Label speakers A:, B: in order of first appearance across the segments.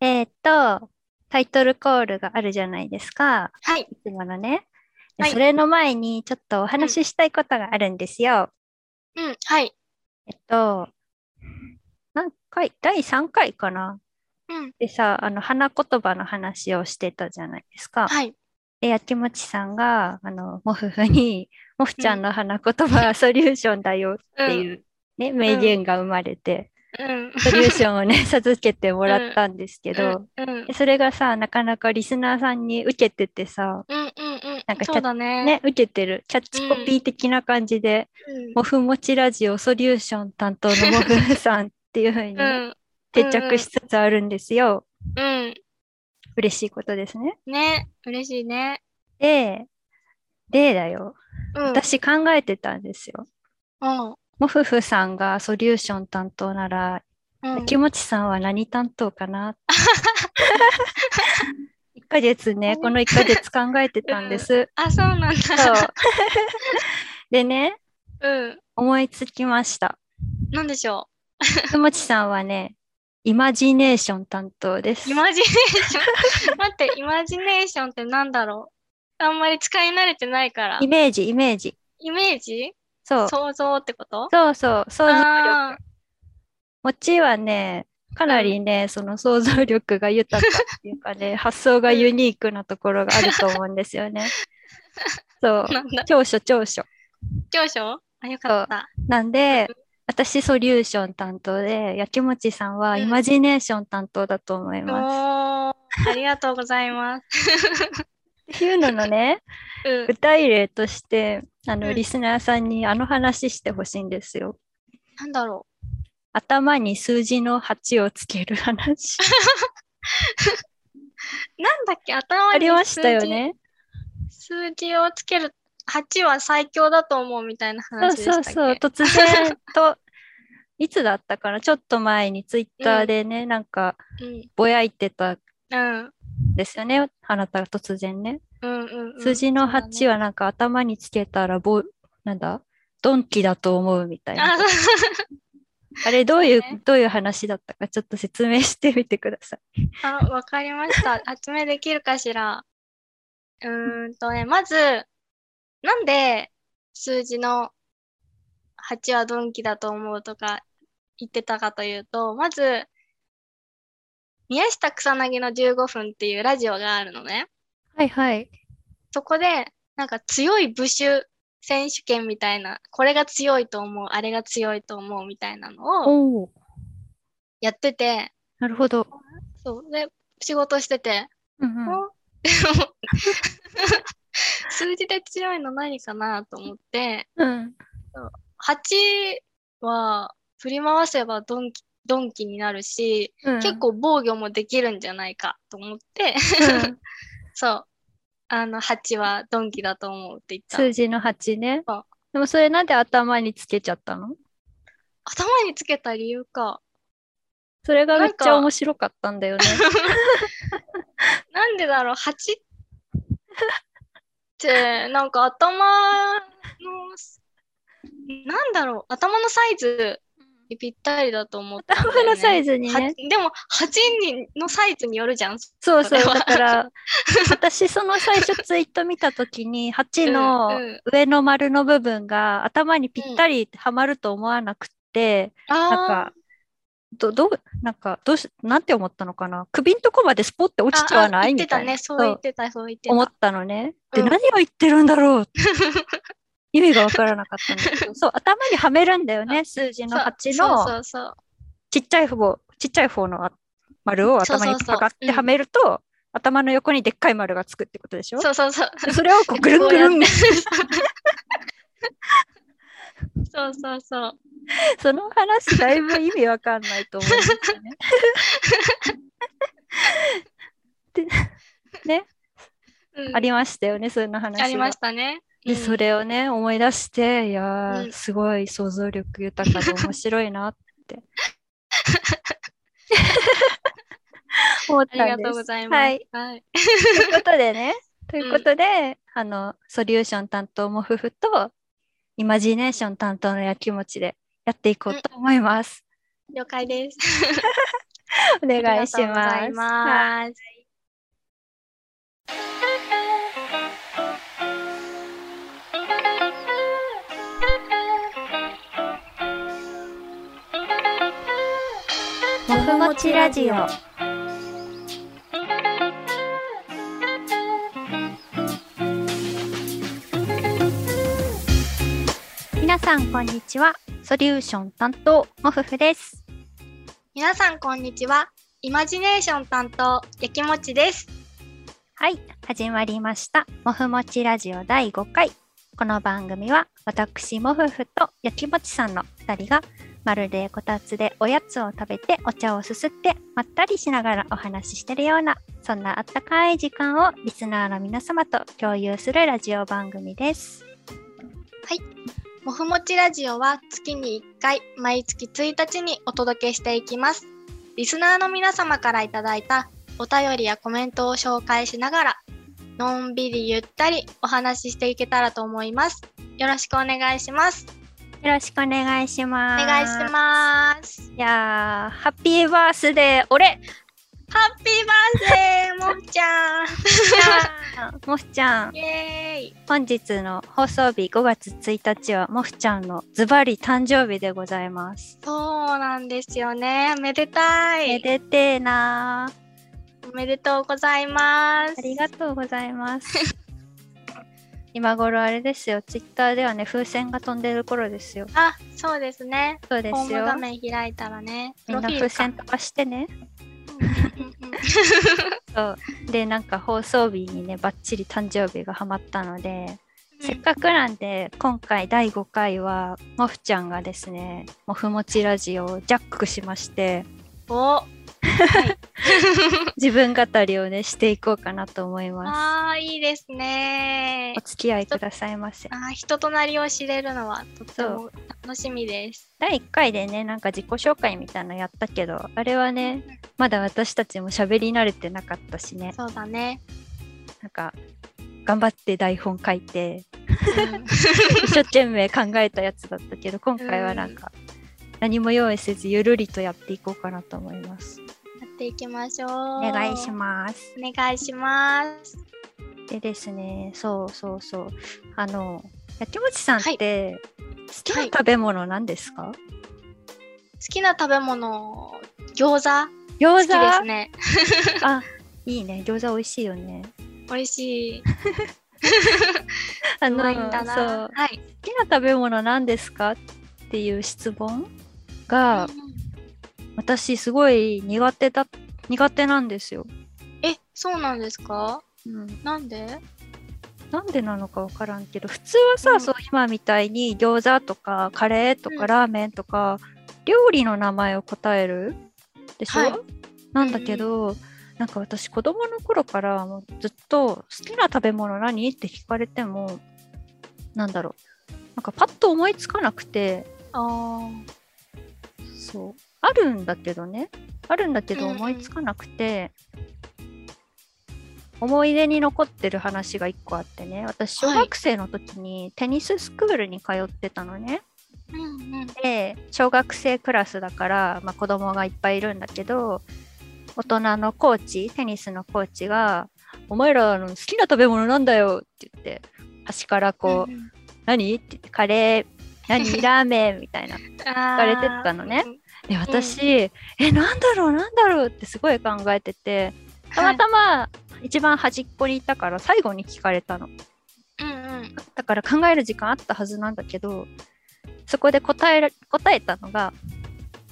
A: えーっと、タイトルコールがあるじゃないですか。
B: はい。
A: いつものね。で
B: はい
A: それの前にちょっとお話ししたいことがあるんですよ。
B: うん、はい。
A: えっと、何回、第3回かな
B: うん、
A: でさ、あの、花言葉の話をしてたじゃないですか。
B: はい。
A: で、やきもちさんが、あの、もふふに、もふちゃんの花言葉ソリューションだよっていう、ね、名言が生まれて、
B: うん、
A: ソリューションをね、授けてもらったんですけど、
B: うん、うん、
A: でそれがさ、なかなかリスナーさんに受けててさ、
B: うん、うん、
A: なんかキャ
B: そうだね。
A: ね、受けてる、キャッチコピー的な感じで、
B: うん、
A: モフもちラジオソリューション担当のモフさんっていう風に
B: う
A: ね
B: ん、
A: 定着しつつあるんですよ。
B: うん、
A: 嬉しいことですね。
B: ね、嬉しいね。
A: で、でだよ。
B: うん、
A: 私考えてたんですよ。
B: うん、
A: モフフさんがソリューション担当なら、
B: うん、
A: 気持ちさんは何担当かな ?1 ヶ月ね、この1ヶ月考えてたんです。
B: あ、そうなんだ。
A: そう でね、
B: うん、
A: 思いつきました。
B: なんでしょ
A: ふもちさんはね、イマジネーション担当です
B: う。イ。マジネーシ ョン。待って、イマジネーションってなんだろう。あんまり使い慣れてないから
A: イ。メージ、イメージ。
B: イメージ
A: そう。
B: 想像ってこと
A: そうそう、想像力。
B: あ
A: もちはね、かなりね、その想像力が豊かっていうか ね、発想がユニークなところがあると思うんですよね。そう
B: ー、。なんだ。
A: 長所長所。
B: 長所あ、よかった。
A: なんで、私ソリューション担当で、やきもちさんは
B: うん
A: イマジネーション担当だと思い
B: おー、
A: ます。
B: ありがとうございます。
A: っていうののね、
B: うん
A: 具。体例として、あの、
B: うん
A: リスナーさんにあの話してほしいんですよ。
B: なんだろ
A: 頭に数字の8をつける話。
B: う。なんだっけ頭に
A: ありましたよね。
B: 数字。数字をつける。8は最強だと思うみたいな
A: そう
B: 話でし
A: そう
B: たっけ
A: そう、突然と、 いつだったかな、ちょっと前にツイッターでね、なんか、
B: うん。
A: ぼやいてたん
B: うん。
A: ですよね、あなたが突然ね。
B: うんうん、うん。
A: 数字の8
B: は。
A: はなんか頭につけたら、ぼ、なんだ、ドンキだと思うみたいな。
B: あ、そう
A: あれ、どういう
B: そうね、
A: どういう話だったか、ちょっと説明してみてください。
B: あわかりました。集めできるかしら。うーんとね、まず、なんで数字の8はドンキだと思うとか言ってたかというと、まず、宮下草薙の15分っていうラジオがあるのね。
A: はいはい。
B: そこで、なんか強い部首選手権みたいな、これが強いと思う、あれが強いと思うみたいなのを
A: おお、
B: やってて、
A: なるほど。
B: そう、で、仕事してて、
A: うんうん、
B: お 数字で強いの何かなと思って、
A: うん。
B: 8は振り回せばドンキ、ドンキになるし、
A: うん
B: 結、構防御もできるんじゃないかと思って、
A: うん
B: そう、あの、8はドンキだと思うって言ったの。
A: 数字の8ね
B: そう。
A: でもそれなんで頭につけちゃったの
B: 頭につけた理由か。
A: それがめっち
B: なん
A: ゃ
B: か
A: 面白かったんだよ ね。
B: なんでだろう、8って、なんか頭の、なんだろう、頭のサイズにぴったりだと思ったんだよ、ね。
A: 頭のサイズにね。
B: はでも、8人のサイズによるじゃん。
A: そうそう。
B: それは
A: だから、私その最初ツイート見たとき に、8の
B: うんうん
A: 上の丸の部分が頭にぴったりはまると思わなくって、なん
B: あ
A: か、ど、どう、なんか、どうし、なんて思ったのかな首んとこまでスポって
B: ー
A: 落ちちゃわな
B: ああ
A: い
B: 言っ
A: み
B: て
A: た
B: た
A: い
B: ね、
A: な。
B: そう言ってた、そう言って。
A: 思ったたのね。で、
B: うん
A: 何を言ってるんだろう って意味がわからなかったんだけど、そう、頭にはめるんだよね、数字の8の。
B: そうそうそう
A: ちっちゃい方、ちっちゃい方のあ丸を頭に
B: そうそうそう
A: パカっ
B: うん
A: てはめると、頭の横にでっかい丸がつくってことでしょ
B: そう。そうそうそう。
A: でそれをこうぐるんぐるん、
B: そうそうそう。
A: その話だいぶ意味わかんないと思うんです よね。でね、
B: うん
A: ありましたよね、そんな話が。
B: ありましたね。
A: で、
B: うん
A: それをね、思い出して、いやー、
B: うん
A: すごい想像力豊かで面白いな って。思っ
B: あ
A: たんです
B: りがとうございます。
A: はい。
B: はい。
A: ということで ね、ということで、あの、ソリューション担当も夫婦と、イマジネーション担当のやきもちでやっていこうと思います。
B: 了解です。
A: お願いします。
B: ありがとうござい
A: はい
B: ます。
A: もふもちラジオ。皆さんこんにちは。ソリューション担当もふふです。
B: 皆さんこんにちは。イマジネーション担当、やきもちです。
A: はい、始まりました。もふもちラジオ第5回。この番組は私もふふとやきもちさんの2人がまるでこたつでおやつを食べてお茶をすすってまったりしながらお話ししてるようなそんなあったかい時間をリスナーの皆様と共有するラジオ番組です。
B: もふもちラジオは月に1回、毎月1日にお届けしていきます。リスナーの皆様からいただいたお便りやコメントを紹介しながら、のんびりゆったりお話ししていけたらと思います。よろしくお願いします。
A: よろしくお願いし
B: お
A: ます。
B: 願いします。
A: いやーハッピーバースデー 俺
B: ハッピーバースデー、もっち ゃん。
A: モフちゃん
B: イエーイ。
A: 本日の放送日5月1日はモフちゃんのズバリ誕生日でございます。
B: そうなんですよね。めでたい。
A: めでてえなー
B: おめでとうございます。
A: ありがとうござい ます。今頃あれですよ、ツイッターではね、風船が飛んでる頃ですよ。
B: あ、そうですね。
A: そうで
B: ホ
A: す
B: ーム
A: よ。
B: 画面開いたらね。
A: みんな
B: プロフ
A: 風
B: ィールか
A: 船飛ばしてね。
B: うんうんうん
A: そうで、なんか放送日にね、ばっちり誕生日がハマったので、せっ
B: うん
A: かくなんで、今回第5回は、もふちゃんがですね、もふもちラジオをジャックしまして、
B: お、 は
A: 自分語りをねしていこうかなと思いま
B: あーいいですね
A: す。お。付き合いくださいませ。
B: あー人となりを知れるのはとっても楽しみです。
A: 第1回でねなんか自己紹介みたいなのやったけどあれはねまだ私たちも喋り慣れてなかったしね
B: そうだね。
A: なんか頑張って台本書いて
B: うん
A: 一生懸命考えたやつだったけど今回はなんか何も用意せずゆるりとやっていこうかなと思います。
B: やっていきましょう。
A: お
B: お
A: 願いします。
B: す。お願いします。
A: でですねそうそうそうあのやきもちさんって、好きな食べ物なんですか、
B: 好きな食べ物、餃子好
A: 餃
B: きです ね。
A: あ、いいね。餃子美味しいよね。
B: 美味しい。
A: あ
B: うまいんだ
A: そ
B: な
A: う。。
B: はい。
A: 好きな食べ物なんですかっていう質問が、私すごい苦手だ苦手なんですよ。
B: え、そうなんですか
A: うん、
B: なんで
A: なんでなのかわからんけど普通はさ、
B: うん
A: そう今みたいに餃子とかカレーと
B: う
A: か
B: ん
A: ラーメンとか、料理の名前を答えるでしょ、
B: はい
A: なんだけど、なんか私子供の頃からもうずっと「好きな食べ物何?」って聞かれてもなんだろうなんかパッと思いつかなくて
B: あ
A: そうあるんだけどねあるんだけど
B: うんうん
A: 思いつかなくて、思い出に残ってる話が1個あってね私小
B: はい
A: 学生の時にテニススクールに通ってたのね、
B: ーうんうん。
A: で小学生クラスだから、まあ、子供がいっぱいいるんだけど大人のコーチテニスのコーチが「お前らの好きな食べ物なんだよ」って言って端からこう「
B: うんうん
A: 何?」って言って「カレー何ラーメン」みたいな
B: 聞
A: かれてったのね。で私、えなんだろうなんだろうってすごい考えててたまたま一番端っこにいたから最後に聞かれたの
B: ま、うん うん、
A: だから考える時間あったはずなんだけどそこで答えら答えたのが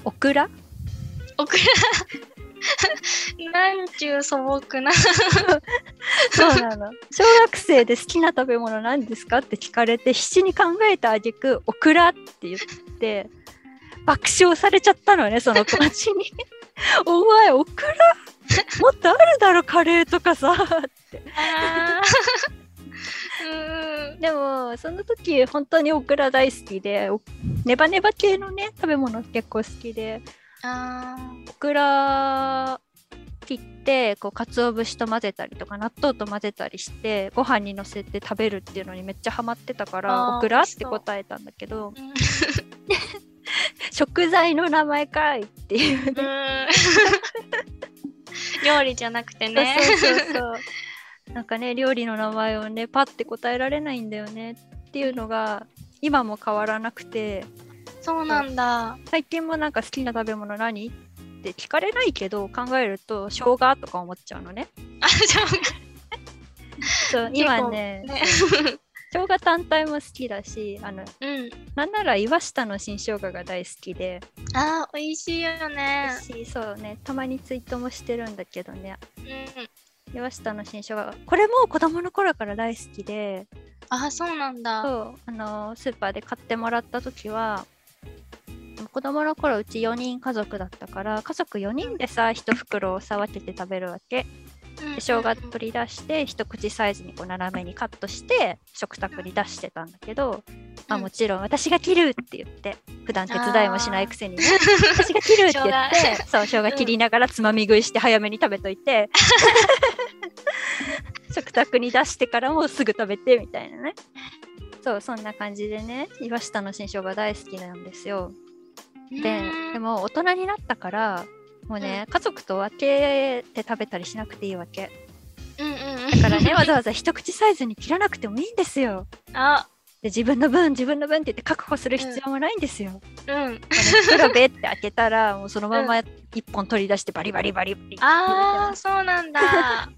A: オクラ
B: オクラなんちゅう素朴な。
A: そうなの 小学生で好きな食べ物なんですかって聞かれて必死に考えた挙句オクラって言って爆笑されちゃったのねその子たち にお前オクラ もっとあるだろカレーとかさ
B: あーうん
A: でもその時本当にオクラ大好きでおネバネバ系のね食べ物結構好きで
B: あー
A: オクラ切ってこう鰹節と混ぜたりとか納豆と混ぜたりしてご飯にのせて食べるっていうのにめっちゃハマってたか
B: あ
A: ら
B: ー
A: オクラっ
B: 美味してそう
A: 答えたんだけど
B: うん
A: 食材の名前かいっていう
B: う
A: ね。
B: ー ん料理じゃなくてね。
A: そうそうそうそう。なんかね料理の名前をねパッて答えられないんだよねっていうのが今も変わらなくて
B: そうなんだ。
A: 最近もなんか好きな食べ物何って聞かれないけど考えると生姜とか思っちゃうのね。
B: あ、じゃ
A: そう
B: 結構
A: 今ね
B: ね
A: そう生姜単体も好きだしあの
B: あ、うん。
A: なんなら岩下の新生姜が大好きで、
B: あー、美味しいよね。
A: しそうねたまにツイートもしてるんだけどね
B: うん。
A: 岩下の新生姜これも子供の頃から大好きで
B: あ、そうなんだ。
A: そうあのスーパーで買ってもらった時は子供の頃うち4人家族だったから家族4人でさ1袋をさ分けて食べるわけ
B: うん
A: で生姜取り出して一口サイズにこう斜めにカットして食卓に出してたんだけど、まあ、
B: うん
A: もちろん私が切るって言って普段手伝いもしないくせにね、私が切るって言ってそう生姜切りながらつまみ食いして早めに食べとい て食卓に出してからもうすぐ食べてみたいなねそうそんな感じでね岩下の新生姜大好きなんですよ。で
B: うん
A: でも大人になったからもうね、家族と分けて食べたりしなくていいわけ
B: うんうんうん。
A: だからね わざわざ一口サイズに切らなくてもいいんですよ
B: あ、
A: で自分の分自分の分って言って確保する必要もないんですよ、 も
B: うん。
A: うね袋べって開けたらもうそのまま一本取り出してバリバリバリバリ
B: あー、そうなんだ。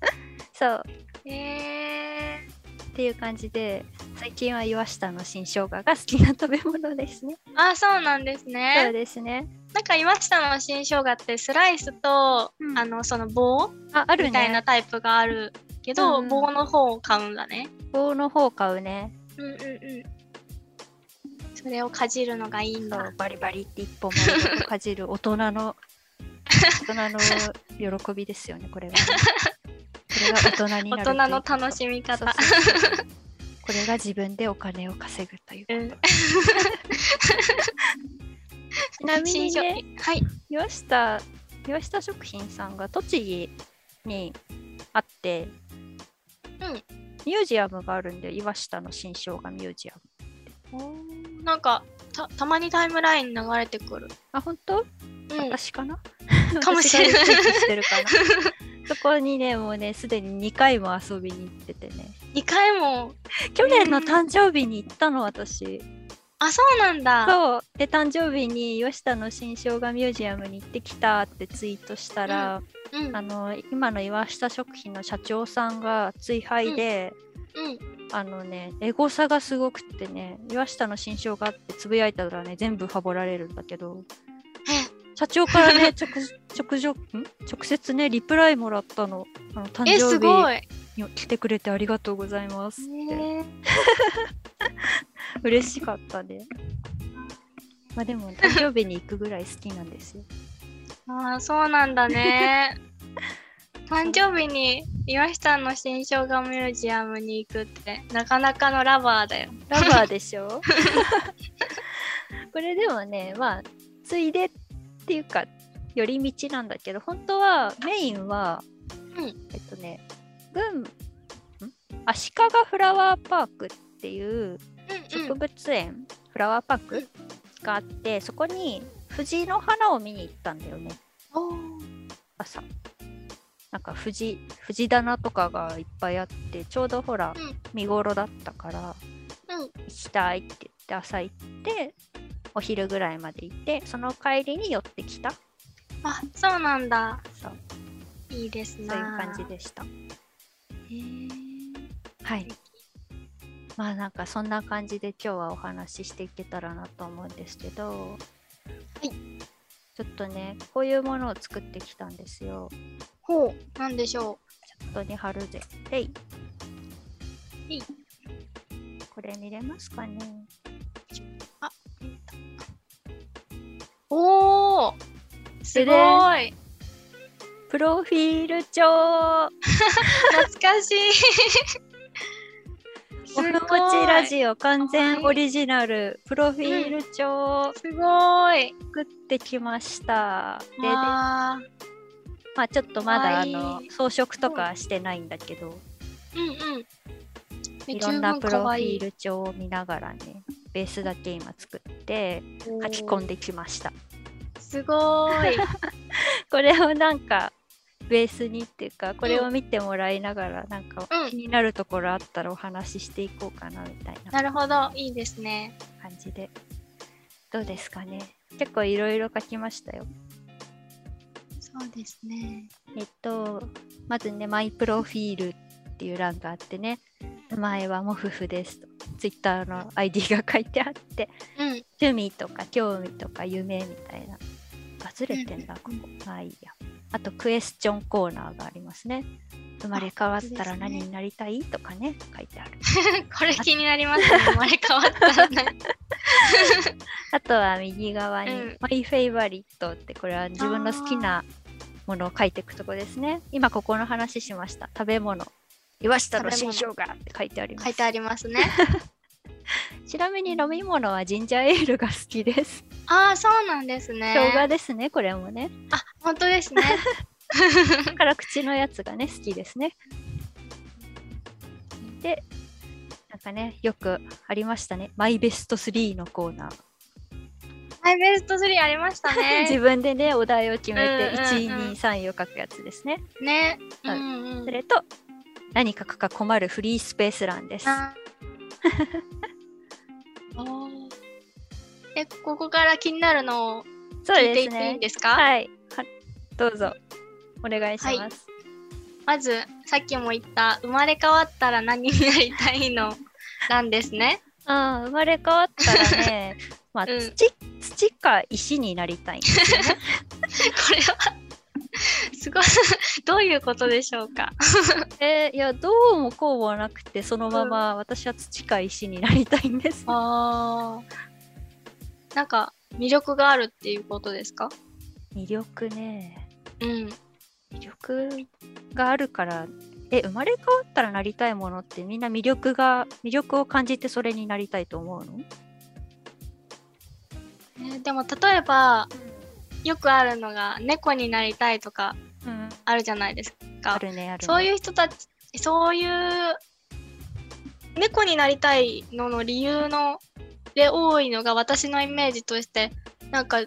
A: そう
B: えー。
A: っていう感じで最近は岩下の新生姜が好きな食べ物ですね
B: あ、そうなんです
A: そう
B: ね。
A: ですね
B: なんか岩下の新生姜ってスライスと、
A: うん
B: あのその棒
A: あある
B: みたいな
A: ね
B: タイプがあるけど、
A: うんうん
B: 棒の方を買うんだね。
A: 棒の方買うね
B: うんうんうん。それをかじるのがいいん
A: そ
B: だ
A: う。バリバリって一本丸ごとかじる大人 の大人の喜びですよね これはね、これが大人にな
B: 大
A: る
B: 人の
A: ということ
B: 楽しみ方。
A: そうそうそうこれが自分でお金を稼ぐという
B: う
A: こ
B: ん
A: と。 ちなみに、ね、
B: 新商はい。
A: 岩下岩下食品さんが栃木にあって、
B: ん
A: ミュージアムがあるんで岩下の新生姜ミュージアム
B: なんかたたまにタイムライン流れてくる。
A: あ本当
B: うん。
A: 私 かな、
B: かもしれない
A: 私がリツイートしてるかなそこにねもう ねすでに2回も遊びに行っててね
B: 2回も。
A: 去年の誕生日に行ったの私
B: あ、そうなんだ。
A: そうで誕生日に吉田の新生姜ミュージアムに行ってきたってツイートしたら、
B: うん。
A: あの今の岩下食品の社長さんが追敗で、
B: うん。
A: あのねエゴサがすごくってね岩下の新生姜ってつぶやいたらね全部ハボられるんだけど社長から ね直直直ん直接ねリプライもらったのあの誕
B: え、え、す
A: 生
B: ご
A: 日
B: い。え
A: に来てくれてありがとうございますって、
B: ー
A: 嬉しかったねまあでも誕生日に行くぐらい好きなんですよ
B: ああ、そうなんだね。 誕生日に岩下の新生姜ミュージアムに行くってなかなかのラバーだよ。
A: ラバーでしょ これでもねまあついでっていうか寄り道なんだけど本当はメインは、
B: うん
A: えっとね群ん足利フラワーパークっていう植物園、フラワーパークがあってそこに藤の花を見に行ったんだよね
B: おー
A: 朝なんか藤藤棚とかがいっぱいあってちょうどほら、
B: うん
A: 見頃だったから、
B: うん
A: 行きたいって言って朝行ってお昼ぐらいまで行ってその帰りに寄ってきた
B: あ、そうなんだ。
A: そう
B: いいです
A: そういう
B: な。
A: 感じでした
B: へー。
A: はいまあなんかそんな感じで今日はお話ししていけたらなと思うんですけど
B: い
A: ちょっとねこういうものを作ってきたんですよ
B: ほう、なんでしょ
A: 本当に貼るぜ。えい。
B: えい
A: これ見れますかね
B: う。おお。すごい。
A: プロフィール帳
B: 懐かしい。
A: おふもちラジオ完全オリジナルプロフィール帳
B: すごい。
A: 作ってきました。で、でま
B: あ
A: あちょっとまだ
B: 可
A: あ
B: 愛い
A: の装飾とかしてないんだけど、
B: ーうんうん。
A: いろんなプロ
B: か
A: フ
B: わ
A: ィ
B: い
A: ール帳を見ながらね、ベースだけ今作ってで書き込んできました。
B: すご ーい。
A: これをなんかベースにっていうかこれを見てもらいながらなんか
B: うん
A: 気になるところあったらお話ししていこうかなみたいな
B: なるほど、いいですね。
A: 感じでどうですかね結構いろいろ書きましたよ
B: そうですね。
A: えっとまずねマイプロフィールっていう欄があってね名前はモフフですとツイッターの ID が書いてあって
B: うん。
A: 趣味とか興味とか夢みたいなバズれてんだここまあいいやあとクエスチョンコーナーがありますね生まれ変わったら何になりたいとかね書いてある
B: これ気になります ね。生まれ変わったらね。
A: あとは右側に
B: うん
A: 「マイフェイバリット」ってこれは自分の好きなものを書いていくとこですね今ここの話しました食べ物岩下の新生姜って書いてありま
B: 書い
A: す
B: てありますね。
A: ちなみに飲み物はジンジャーエールが好きです、
B: ああ、そうなんですね。
A: 生姜ですねこれも ね
B: あ、本当ですね。
A: 辛口のやつがね好きですね。でなんかねよくありましたね「マイベスト3」のコーナー、
B: ハイベスト3ありました
A: 自
B: ね。
A: 分でねお題を決めて
B: うんうん
A: 1位、
B: うん
A: 2位3位を書くやつですね
B: ね。うんうん
A: そ。れと何か書くか困るフリースペース欄です
B: あ ーおーえ、ここから気になるのを
A: そう
B: 聞
A: で
B: いてい
A: す
B: っていいん
A: ね
B: ですか
A: はいはどうぞお願いします、
B: まず、さっきも言った、生まれ変わったら何になりたいのなんですね。
A: ああ生まれ変わったらね まあ、
B: うん
A: 土土か石になりたいんですよね
B: これは、すごい、どういうことでしょうか。
A: えーいやどうもこうもなくてそのまま私は土か石になりたいんです、
B: あーなんか、魅力があるっていうことですか
A: 魅力ね
B: うん。
A: 魅力があるからえ生まれ変わったらなりたいものってみんな魅力が魅力を感じてそれになりたいと思うの
B: えーでも、例えば、よくあるのが、猫になりたいとか
A: うん
B: あるじゃないですか。
A: あるねあるね
B: そういう人たち、そういう猫になりたいのの理由ので多いのが私のイメージとして、なんか、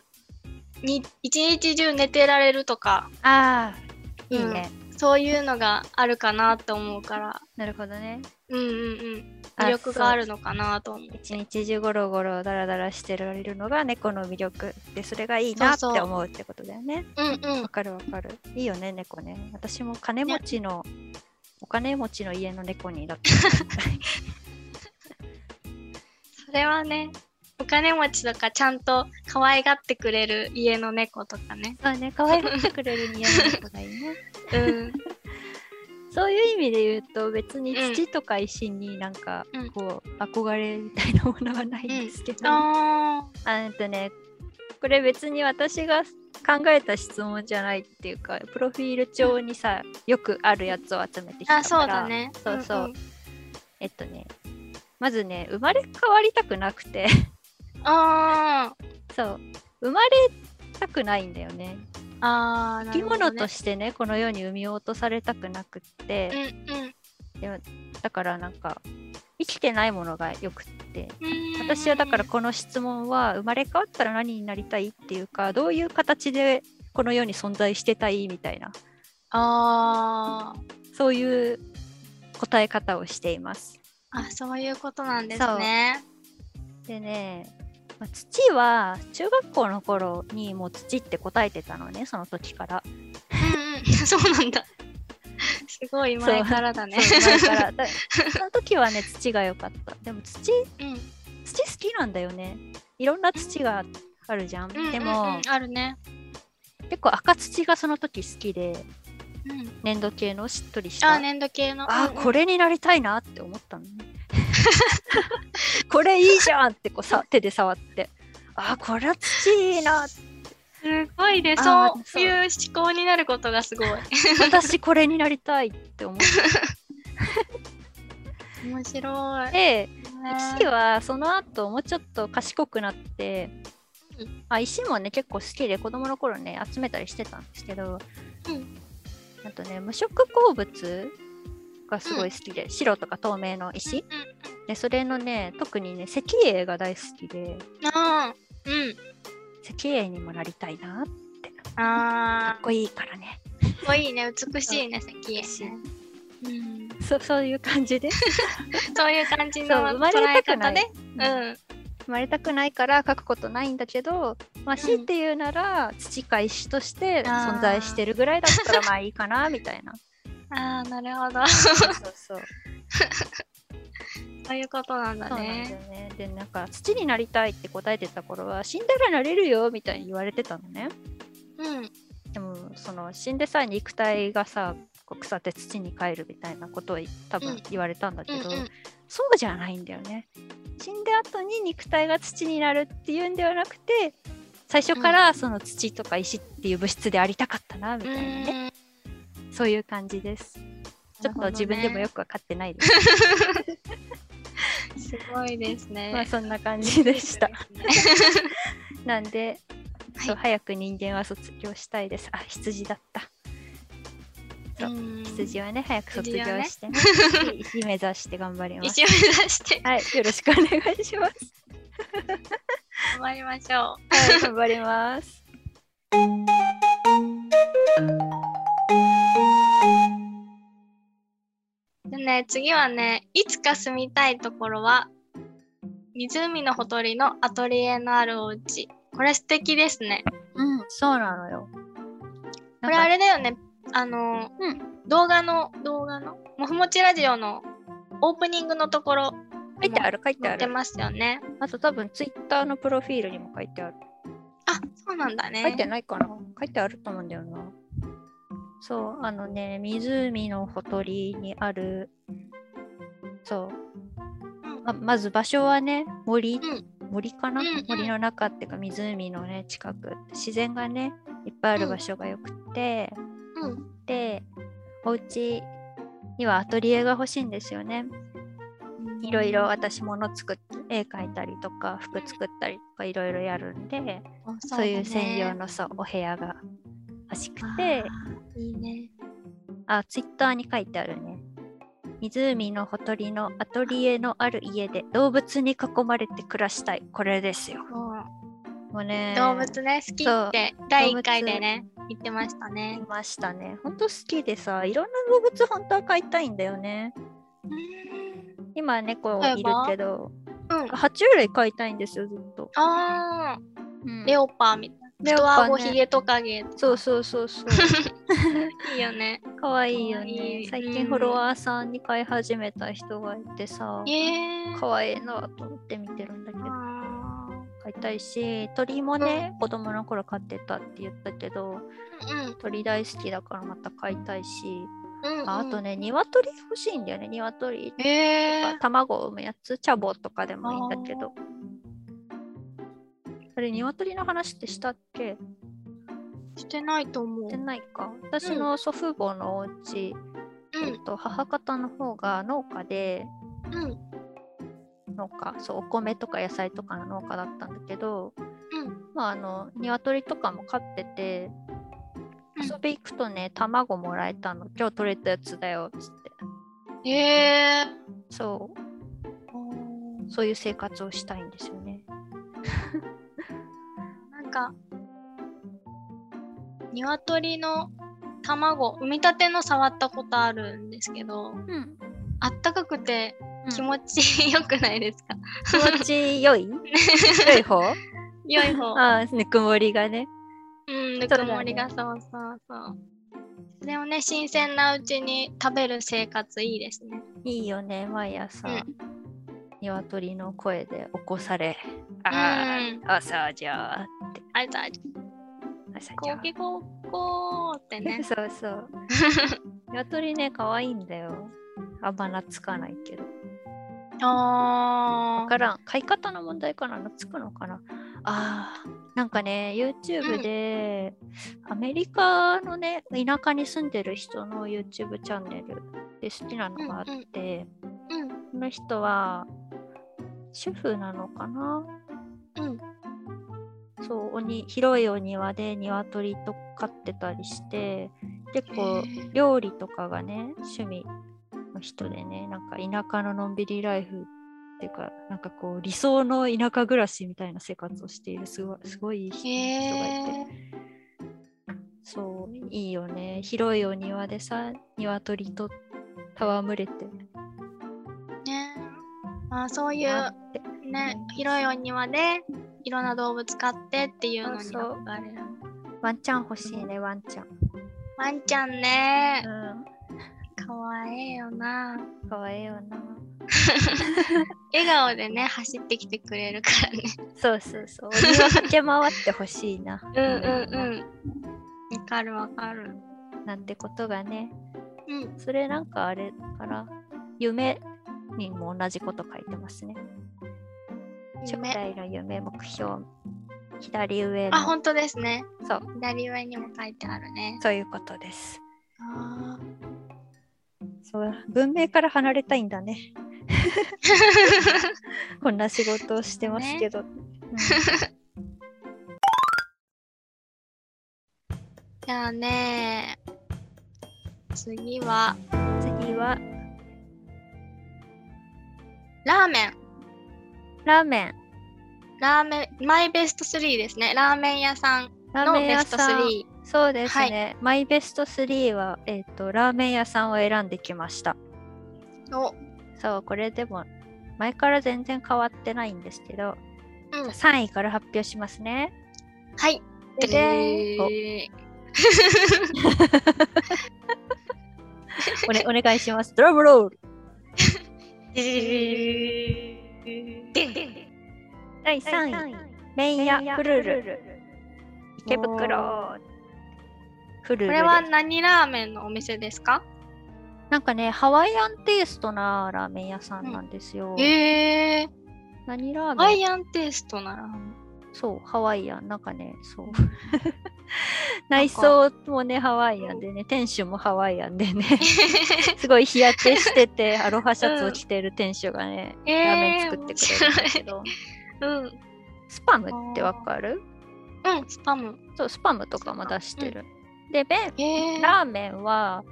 B: に一日中寝てられるとか、
A: ああいいね、
B: そういうのがあるかなと思うから、
A: なるほどね
B: うんうんうん、
A: あ
B: 魅力があるのかなと思う。
A: 一日中ゴロゴロダラダラしてられるのが猫の魅力でそれがいいなって
B: そうそう
A: 思うってことだよね
B: うんうん
A: わ、かるわかる。いいよね、猫ね。私も金持ちの、お金持ちの家の猫にだって。
B: それはね、お金持ちとかちゃんと可愛がってくれる家の猫とかね。
A: そうね、可愛がってくれる家の猫がいい ね。
B: うん。
A: そういう意味で言うと、別に
B: うん
A: 土とか石になんか、
B: うん
A: こう、憧れみたいなものはないんですけど、あ
B: あー
A: えっとね、これ別に私が考えた質問じゃないっていうか、プロフィール帳にさ、よくあるやつを集めてきたから。
B: あ、そうだね。
A: そうそうん
B: ん
A: えっとね、まずね、生まれ変わりたくなくて。
B: あー
A: そう生まれたくないんだよね
B: あー、
A: 生
B: な
A: き
B: るほど
A: 物
B: ね
A: としてねこの世に生み落とされたくなくって、
B: うんうん
A: でもだからなんか生きてないものがよくって
B: うん
A: 私はだからこの質問は生まれ変わったら何になりたいっていうかどういう形でこの世に存在してたいみたいな
B: あー
A: そういう答え方をしています
B: あそういうことなんですね
A: でね、まあ土は中学校の頃にもう土って答えてたのねその時から
B: うん うんそうなんだすごい前からだね
A: そう前からだその時はね土が良かったでも土
B: うん
A: 土好きなんだよねいろんな土があるじゃん、
B: うんうん
A: で
B: う
A: も
B: ん、あるね
A: 結構赤土がその時好きで
B: うん
A: 粘土系のしっとりした
B: あ粘土系の
A: あ
B: うんうん
A: これになりたいなって思 ったのねこれいいじゃんってこうさ手で触ってあこれは土いいな
B: すごいね
A: あー
B: そういう思考になることがすごい
A: 私これになりたいって思 っ
B: 面白いね
A: て土はその後もうちょっと賢くなって、
B: う
A: あ石もね結構好きで子供の頃ね集めたりしてたんですけど、
B: うん
A: あとね無色鉱物がすごい好きで、白とか透明の石
B: うんうんうん
A: でそれのね特にね石英が大好きで
B: あー
A: 石英にもなりたいな
B: うん。あ
A: か
B: あ
A: っ。こいいからね
B: かっこいいね美しいね先へ
A: 美しい
B: うん、
A: そそういう感じで
B: そういう感じの
A: そう生ま
B: 捉え
A: れたくな
B: 方
A: い
B: で、
A: うん生まれたくないから書くことないんだけど、まあ、強いて言うなら、土か石として存在してるぐらいだったらまあいいかなみたいな
B: うん、ああなるほど
A: そうそうそう
B: そういうことなんだ
A: そうなんだよ
B: ね
A: ねでなんか土になりたいって答えてた頃は死んだらなれるよみたいに言われてたのね
B: うん
A: でもその死んでさえ肉体がさこう腐って土に帰るみたいなことを多
B: う
A: 分
B: ん
A: 言われたんだけど、
B: うんうん
A: そうじゃないんだよね死んだ後に肉体が土になるっていうんではなくて最初からその土とか石っていう物質でありたかったなみたいなね、
B: うん
A: そういう感じですちょっと自分でもよく分かってないです、
B: すごいですね、
A: ま あそんな感じでしたなんで、
B: はい
A: そう早く人間は卒業したいですあ羊だったそう
B: うん
A: 羊はね早く卒業
B: 羊はね
A: してね 石目指して頑張ります
B: 一応目指して
A: はいよろしくお願いします
B: 頑張りましょう
A: はい頑張ります
B: でね、次はね、いつか住みたいところは、湖のほとりのアトリエのあるお家。これ素敵ですね。
A: うんそうなのよ
B: これあれだよね、あの、
A: う
B: 動画の、動画の、もふもちラジオのオープニングのところ、
A: 書いてある書いて
B: 載
A: あ
B: って
A: る
B: ますよね。
A: あと多分ツイッターのプロフィールにも書いてある
B: あ、そうなんだね。
A: 書いてないかな書いてあると思うんだよなそうあのね湖のほとりにあるそうままず場所はね森、
B: うん
A: 森かな、
B: うんうん
A: 森の中っていうか湖のね近く自然がねいっぱいある場所がよくて、
B: うん。
A: でお家にはアトリエが欲しいんですよねいろいろ
B: あ
A: 私物作って絵描いたりとか服作ったりとかいろいろやるんで、そういう専用のそうお部屋が欲しくて
B: あーいいね。
A: あツイッターに書いてあるね湖のほとりのアトリエのある家で動物に囲まれて暮らしたいこれですよ
B: もう
A: もうね
B: 動物ね、好きって第1回でね、言ってました
A: い
B: ね。
A: ましたねほんと好きでさいろんな動物本当は飼いたいんだよね今猫
B: 例
A: い
B: え
A: る
B: ば
A: けど
B: うん。
A: 爬虫類飼いたいんですよずっと、
B: ああ、
A: うん
B: レオパーみたいな。
A: レオパー
B: 人顎
A: ね
B: ヒゲトカゲ。
A: そうそうそうそう
B: いいよね。
A: かわいいよ
B: かわい
A: ね
B: い
A: 最
B: う
A: 近
B: ん
A: フォロワーさんに飼い始めた人がいてさ
B: ええ
A: 可愛いなと思って見てるんだけど
B: あ
A: 飼いたいし鳥もね子供の頃飼ってたって言ったけど
B: ーうん
A: 鳥大好きだからまた飼いたいし
B: うんうんうん。
A: ああとね鶏欲しいんだよね鶏
B: ええー。
A: 卵を産むやつチャボとかでもいいんだけ
B: あ
A: どあれ鶏の話ってしたっけ
B: してないと思
A: し
B: う。
A: てないか私の祖父母のお家、
B: う
A: えっ
B: ん
A: と母方の方が農家で
B: うん
A: 農家そうお米とか野菜とかの農家だったんだけど、
B: うん
A: まああの鶏とかも飼ってて
B: うん
A: 遊び行くとね卵もらえたの今日取れたやつだよっつって
B: ええ
A: そ
B: ー
A: う。そういう生活をしたいんですよね
B: なんか鶏の卵産みたての触ったことあるんですけど、
A: うん
B: あったかくて気
A: 気持
B: 持 ちよくないですか？
A: ち 良い良い方
B: 良い方。
A: ああぬくもりがね
B: うん、ぬ
A: そう
B: く
A: だね
B: もりがそうそうそう。それをね、新鮮なうちに食べる生活いいですね。
A: いいよね毎朝、
B: うん
A: 鶏の声で起こされ
B: うん。
A: ああ朝じゃあ
B: あいつは、
A: 朝じ
B: コ
A: ゃ
B: ーキコーコーって
A: あ、。
B: ね
A: そうそう鶏ね可愛いんだよあんま懐かないけど
B: あ
A: わ
B: ー
A: からん買い方の問題かな懐くのかなあーなんかね
B: う
A: YouTube
B: ん
A: で、アメリカのね田舎に住んでる人の YouTube チャンネルで好きなのがあって、
B: うん
A: この人は主婦なのかな
B: うん
A: そうおに広いお庭で鶏と飼ってたりして結構
B: へー
A: 料理とかがね趣味の人でねなんか田舎ののんびりライフっていうかなんかこう理想の田舎暮らしみたいな生活をしているすごいすごいいい人がいて、
B: へ
A: そういいよね広いお庭でさ鶏と戯れて
B: ーねまあそうい
A: な
B: う
A: って
B: ね
A: うん
B: 広いお庭でいろんな動物飼ってっていうのに
A: そうそう
B: 憧れる
A: ワンちゃん欲しいねワンちゃん、
B: ワンちゃんね
A: う、
B: かわいいよなん
A: かわいいよな
B: 笑顔でね走ってきてくれるからね
A: そうそうそうお庭駆け回ってほしいな
B: うんうんうんわかるわかる
A: なんてことがね
B: うん
A: それなんかあれから夢にも同じこと書いてますね。将
B: 夢
A: 来の夢、目標、左上
B: あ
A: の。
B: 本当ですね
A: そう、
B: 左上にも書いてあるね
A: そういうことです。
B: あ
A: そう文明から離れたいんだね。こんな仕事をしてますけど。
B: ー じゃあね次は
A: うん次は
B: ラーメン
A: ラーメン。
B: ラーメンマイベスト3ですねラーメン屋さん
A: ラー
B: の
A: メン
B: ベ
A: 屋
B: スト
A: さん。
B: 3
A: そうですね。マイベスト3は、えっ、と、ラーメン屋さんを選んできました。
B: の
A: そう、これでも、前から全然変わってないんですけど、
B: うん
A: 3位から発表しますね。
B: はい
A: ででーんおねお願いします。ドラムロール
B: でん
A: 第3位、麺屋フルルル。池袋。フルルル
B: これは何ラーメンのお店ですか
A: なんかね、ハワイアンテイストなラーメン屋さんなんですよ。
B: えー、
A: 何ラ
B: ハワ
A: ーメン
B: イアンテイストなら
A: そう、ハワイアン。なんかね、そう。 内装もね、ハワイアンでね、店主もハワイアン でね、すごい日焼けしてて、アロハシャツを着てる店主がね、
B: え
A: ラーメン作ってくれるんだけど、
B: うん、
A: スパムってわかる
B: うん、スパム。
A: そう、スパムとかも出してる。で、麺、
B: えー、
A: ラーメンは、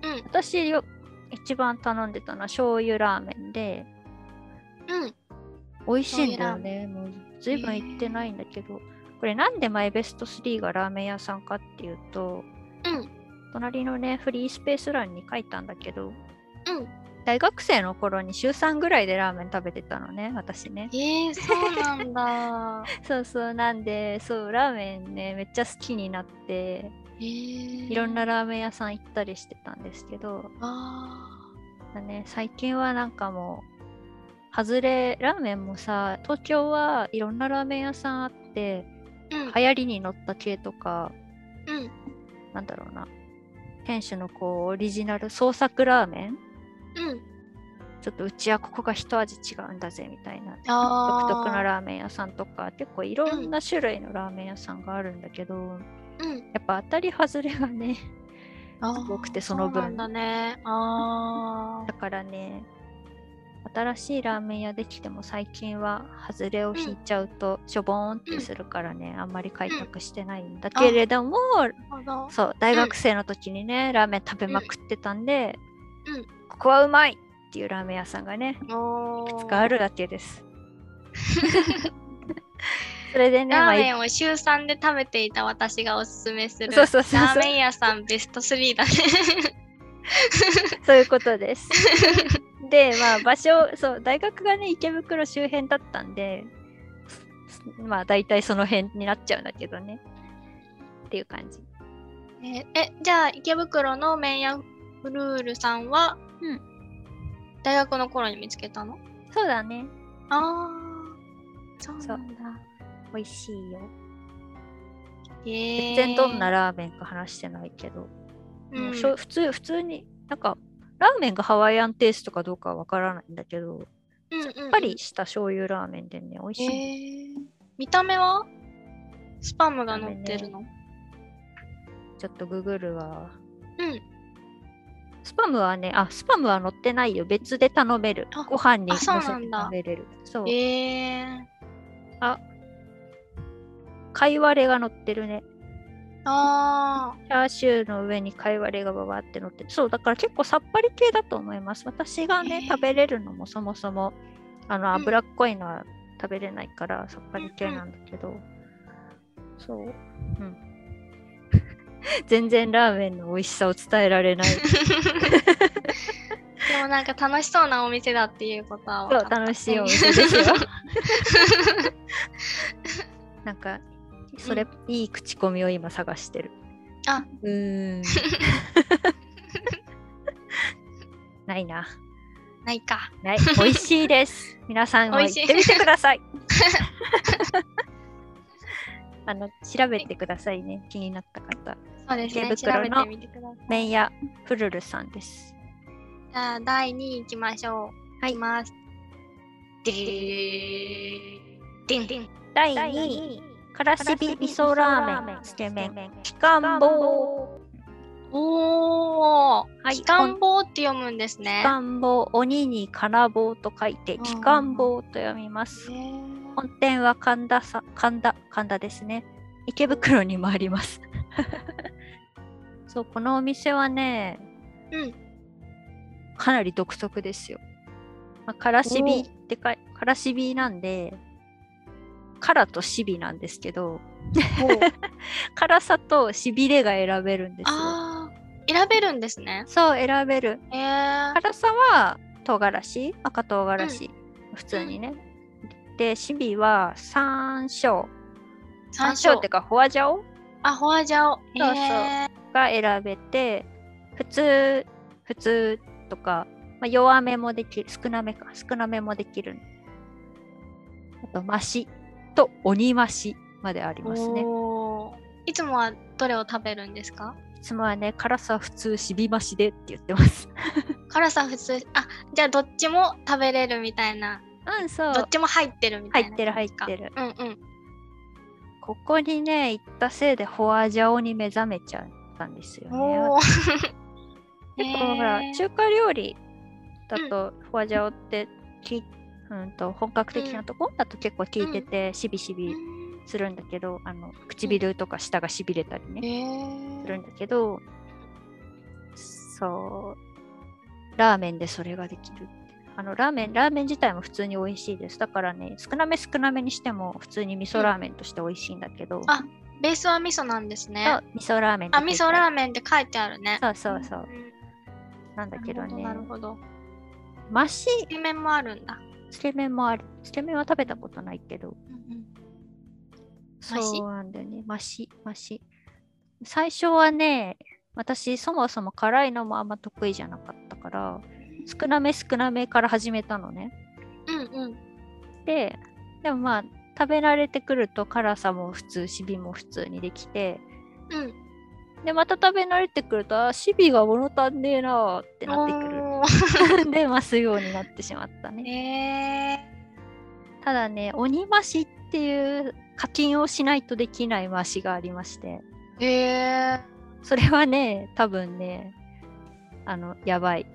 B: うん
A: 私よ一番頼んでたのは醤油ラーメンで、
B: うん、
A: 美味しいんだよね。もうずいぶん行ってないんだけど、これなんでマイベスト3がラーメン屋さんかっていうと、
B: うん
A: 隣のね、フリースペース欄に書いたんだけど、
B: うん
A: 大学生の頃に週3ぐらいでラーメン食べてたのね、私ね。
B: えー、そうなん だ。
A: そうそう、なんで、そう、ラーメンね、めっちゃ好きになって、
B: えー、い
A: いろんなラーメン屋さん行ったりしてたんですけど、
B: あ
A: だね最近はなんかもう外れラーメンもさ東京はいろんなラーメン屋さんあって
B: ーうん、
A: 流行りに乗った系とか
B: うん、
A: なんだろうな店主のこうオリジナル創作ラーメン
B: うん。
A: ちょっとうちはここが一味違うんだぜみたいな
B: あ
A: 独特な
B: ら。
A: ラーメン屋さんとか結構いろんな種類のラーメン屋さんがあるんだけど、
B: うん、
A: やっぱ当たり外れがね
B: あー
A: すごくてその分
B: うなんだね。あ
A: だからね、新しいラーメン屋できても最近は外れを引いちゃうと、しょぼーんってするからね、あんまり開拓してないんだけれども、
B: あ、なるほど。
A: そう、大学生の時にね、ラーメン食べまくってたんで、
B: うんうん
A: ここはうまいっていうラーメン屋さんがね、
B: お
A: いくつ
B: ー
A: かあるだけ です。それでね、
B: ラーメ
A: まあ
B: ンを週3で食べていた私がおすすめする
A: そうそうそうそう
B: ラーメン屋さんベスト3だね。
A: そういうことです。で、まあ、場所、そう、大学がね、池袋周辺だったんで、まあ、大体その辺になっちゃうんだけどね。っていう感じ。
B: ええじゃあ池袋の麺屋フルールさんは、
A: うん
B: 大学の頃に見つけたの
A: そうだね。
B: あーそう
A: そ
B: な
A: うん
B: だ。
A: 美味しいよ。
B: 全
A: 全然どんなラーメンか話してないけど、もうしょ普通、普通に、なんか、ラーメンがハワイアンテイストかどうかはわからないんだけど、
B: や
A: やっぱりした醤油ラーメンでね、美味しい。
B: 見た目はスパムが乗ってるの、
A: ちょっとググるわ。
B: うん
A: スパムはね、あ、スパムは乗ってないよ。別で頼める
B: あ。
A: ご飯に乗
B: あ
A: せ
B: そう
A: て
B: なんだ
A: 食べれる。そう。
B: えー、
A: 貝割れが乗ってるね。
B: あ
A: チャーシューの上に貝割れがババって乗ってる。そう、だから結構さっぱり系だと思います。私がね、
B: へー
A: 食べれるのもそもそもあの
B: ん
A: 脂っこいのは食べれないからさっぱり系なんだけど、そう、うん、 全然ラーメンの美味しさを伝えられない
B: でもなんか楽しそうなお店だっていうことは
A: そ
B: 分か
A: う
B: った。
A: 楽しいお店ですよなんかそれ、いい口コミを今探してる
C: うん。
A: ないな
B: ないか。
A: ない美味しいです皆さんも
B: 美
A: 行っ
B: 味しい
A: てみてください あの調べてくださいね気になった方
B: そうですね。
A: 池
B: 調べ
A: 袋の
B: てみてください。
A: 麺屋プルルさんです
B: じゃあ第2位行きましょう。
A: はい
B: 行きます。でーでんでん。
A: 第
C: 第
A: 2
C: 2
A: 位
C: 位、
A: から
C: カラ
A: し
C: シ
A: び
C: ビ
A: 味
C: 味
A: 噌
C: 噌
A: ラ
C: ラー
A: ーメ
C: メ
A: ン
C: ン、
A: つ
C: つ
A: け
C: け
A: 麺
C: 麺
A: きかんぼう
C: 棒。
B: おー。
A: はい
B: 期間棒って読むんですね
A: き。かんぼう鬼にからぼうと書いて
B: うん
A: きかんぼうと読みます
B: へー
A: 本店は神田さ神田神田ですね池袋にもありますそうこのお店はね
B: うん。
A: かなり独特ですよ、まあ、からしびってかからしびなんでからとしびなんですけど辛さとしびれが選べるんですよ
B: あー。選べるんですね。
A: そう選べる
B: へー。
A: 辛さは唐辛子赤唐辛子、普通にねでシビは山椒山
B: 山
A: 椒
B: 椒
A: ってかホアジャオ
B: あ、ホアジャオ。
A: そう
B: へー
A: が選べて普通普通とか、まあ、弱めもできる少なめか少なめもできるあとマシと鬼マシまでありますね
B: おーいつもはどれを食べるんですか
A: いつもはね辛さ普通シビマシでって言ってます
B: 辛さ普通あじゃあどっちも食べれるみたいな
A: うん そう
B: どっちも入ってるみたいな
A: 入ってる
B: 感じか
A: 入ってる
B: うんうん
A: ここにね行ったせいでホアジャオに目覚めちゃったんですよね
B: おお結
A: 結構ほら中華料理だとフォアジャオってき、うん、と本格的なとこだと結構効いててしびしびするんだけどあの唇とか舌がしびれたりねするんだけどそうラーメンでそれができるあのラーメンラーメン自体も普通に美味しいですだからね少なめ少なめにしても普通に味噌ラーメンとして美味しいんだけど、
B: あベースは味噌なんですね
A: そう味噌ラーメン
B: あ味噌ラー
A: ン
B: メンって書いてあるね
A: そうそうそうんなんだけどね
B: なるほどなるほど
A: マシ
B: つけ麺もあるんだ
A: つけ麺もあるつけ麺は食べたことないけど
B: マシ
A: そうなんだよね。マシ、マシ。最初はね、私そもそも辛いのもあんま得意じゃなかったから、少なめ少なめから始めたのね。
B: うんうん
A: で、でもまあ、食べられてくると辛さも普通、シビも普通にできて、
B: うん
A: で、また食べ慣れてくると、あ、シビが物足んねえなーってなって
B: おー
A: く る。で、増すようになってしまったね。
B: へ
A: ただね、鬼増しっていう課金をしないとできない増しがありまして。
B: ーへ
A: それはね、多分ね、あの、やばい。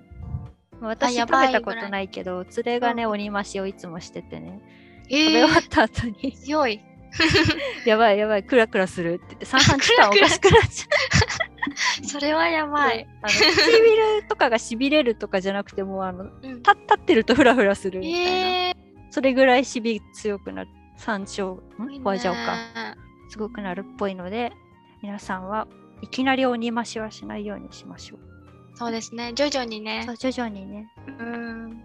A: 私
B: や
A: 食
B: ばい
A: べたことないけど、連れがね、
B: うん
A: 鬼増しをいつもしててね、食べ
B: ー
A: 終
B: へ
A: わ
B: ー
A: った後に、
B: 強い
A: やばいやばい、クラクラするって言って、三半期間お
B: ク
A: か
B: ラ
A: しくなっち
B: それはや
A: ゃう。
B: ばい、
A: あの唇とかがしびれるとかじゃなくて、もうあの、
B: うん
A: た立ってるとフラフラするみたいな。
B: へえ
A: それぐらいしび強くなる。山椒、んホワジャオか。
B: か
A: すごくなるっぽいので、皆さんはいきなり鬼増しはしないようにしましょう。
B: そうですね徐々にね
A: そう徐々にね、
B: うん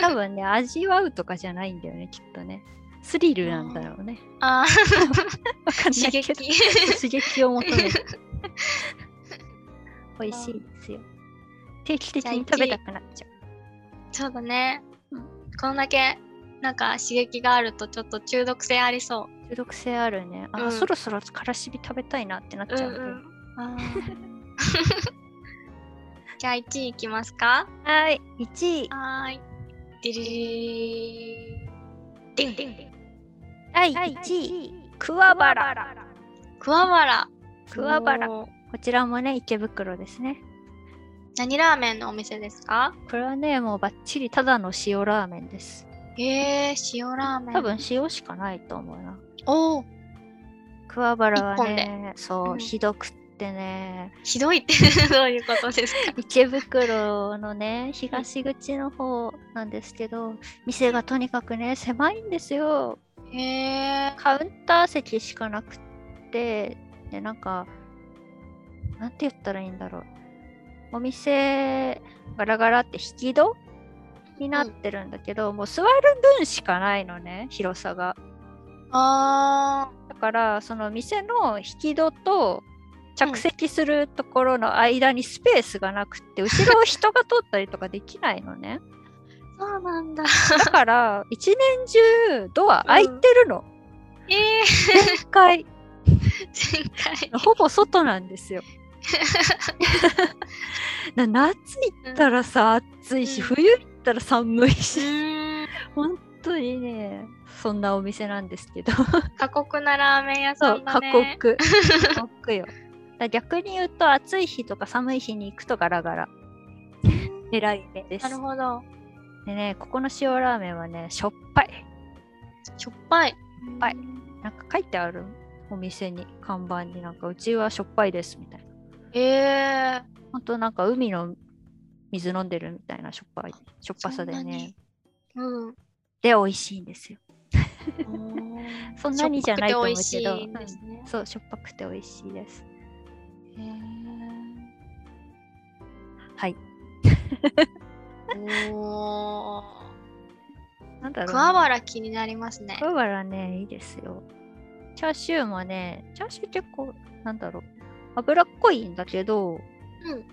A: 多分ね、味わうとかじゃないんだよね、きっとね。スリルなんだろうね。
B: あー
A: わ かんな
B: 刺
A: いけ
B: 激
A: ど。刺激を求 めて。美味しいですよ。定期的に食べたくなっちゃ
B: そうだね、
A: う。
B: こんだけなんか刺激があるとちょっと中毒性ありそう
A: 中毒性あるね。あ、
B: うん
A: そろそろからしび食べたいなってなっ
B: う
A: ちゃう、ね
B: あーじゃあ1位いきますか
A: はい。1位、
B: はーいデリリデンデンデン
A: 第
C: 第
A: 1
C: 1
A: 位、
C: 位、
A: 桑
C: 桑
A: 原。
C: 原。
B: 桑原
A: 桑原。
B: おー
A: こちらもね、池袋ですね。
B: 何ラーメンのお店ですか
A: これはね、もうばっちりただの塩ラーメンです。
B: へえ塩ラーメン
A: 多分塩しかないと思うな。
B: おお
A: 桑原は
B: 一
A: ね、そう、
B: うん
A: ひどくっってね、
B: ひどいって どういうことですか
A: 池袋のね、東口の方なんですけど、店がとにかくね、狭いんですよ。
B: へえ。
A: カウンター席しかなくって、で、なんか、なんて言ったらいいんだろう。お店、ガラガラって引き戸になってるんだけど、もう座る分しかないのね、広さが。
B: あ
A: だからその店の引き戸と着席するところの間にスペースがなくって、後ろを人が通ったりとかできないの ね
B: ー、そうなんだ。
A: だから一年中ドア開いてるの、
B: ええー、
A: 全開
B: 前回。
A: ほぼ外なんです よな夏行ったらさ暑いし、
B: うん
A: 冬行ったら寒いうし、
B: ーん。
A: 本当にねそんなお店なんですけど
B: 過酷なラーメン屋
A: そ
B: さ
A: う、
B: んだ
A: 過
B: ね。
A: 酷。過酷よ。だから逆に言うと、暑い日とか寒い日に行くとガラガラ。偉い目です
B: な。るほど。
A: でね、ここの塩ラーメンはね、しょっぱい。
B: しょっぱい。
A: ぱいなんか書いてあるお店に、看板になんか、うちはしょっぱいですみたいな。
B: ええー。
A: ほんとなんか海の水飲んでるみたいなしょっぱい、しょっぱさで
B: そんな
A: ね
B: に。うん。
A: で、美味しいんですよ。そんなにじゃないと思う
B: し
A: け
B: ょっぱ
A: ど
B: くて美味しいんですね。
A: そう、しょっぱくて美味しいです。はい。
B: へーお
A: なんだろ
B: ー。
A: う、ね。
B: 桑原気になりますね。
A: 桑原ね、いいですよ。チャーシューもね、チャーシュー結構、なんだろう、脂っこいんだけど、
B: うん。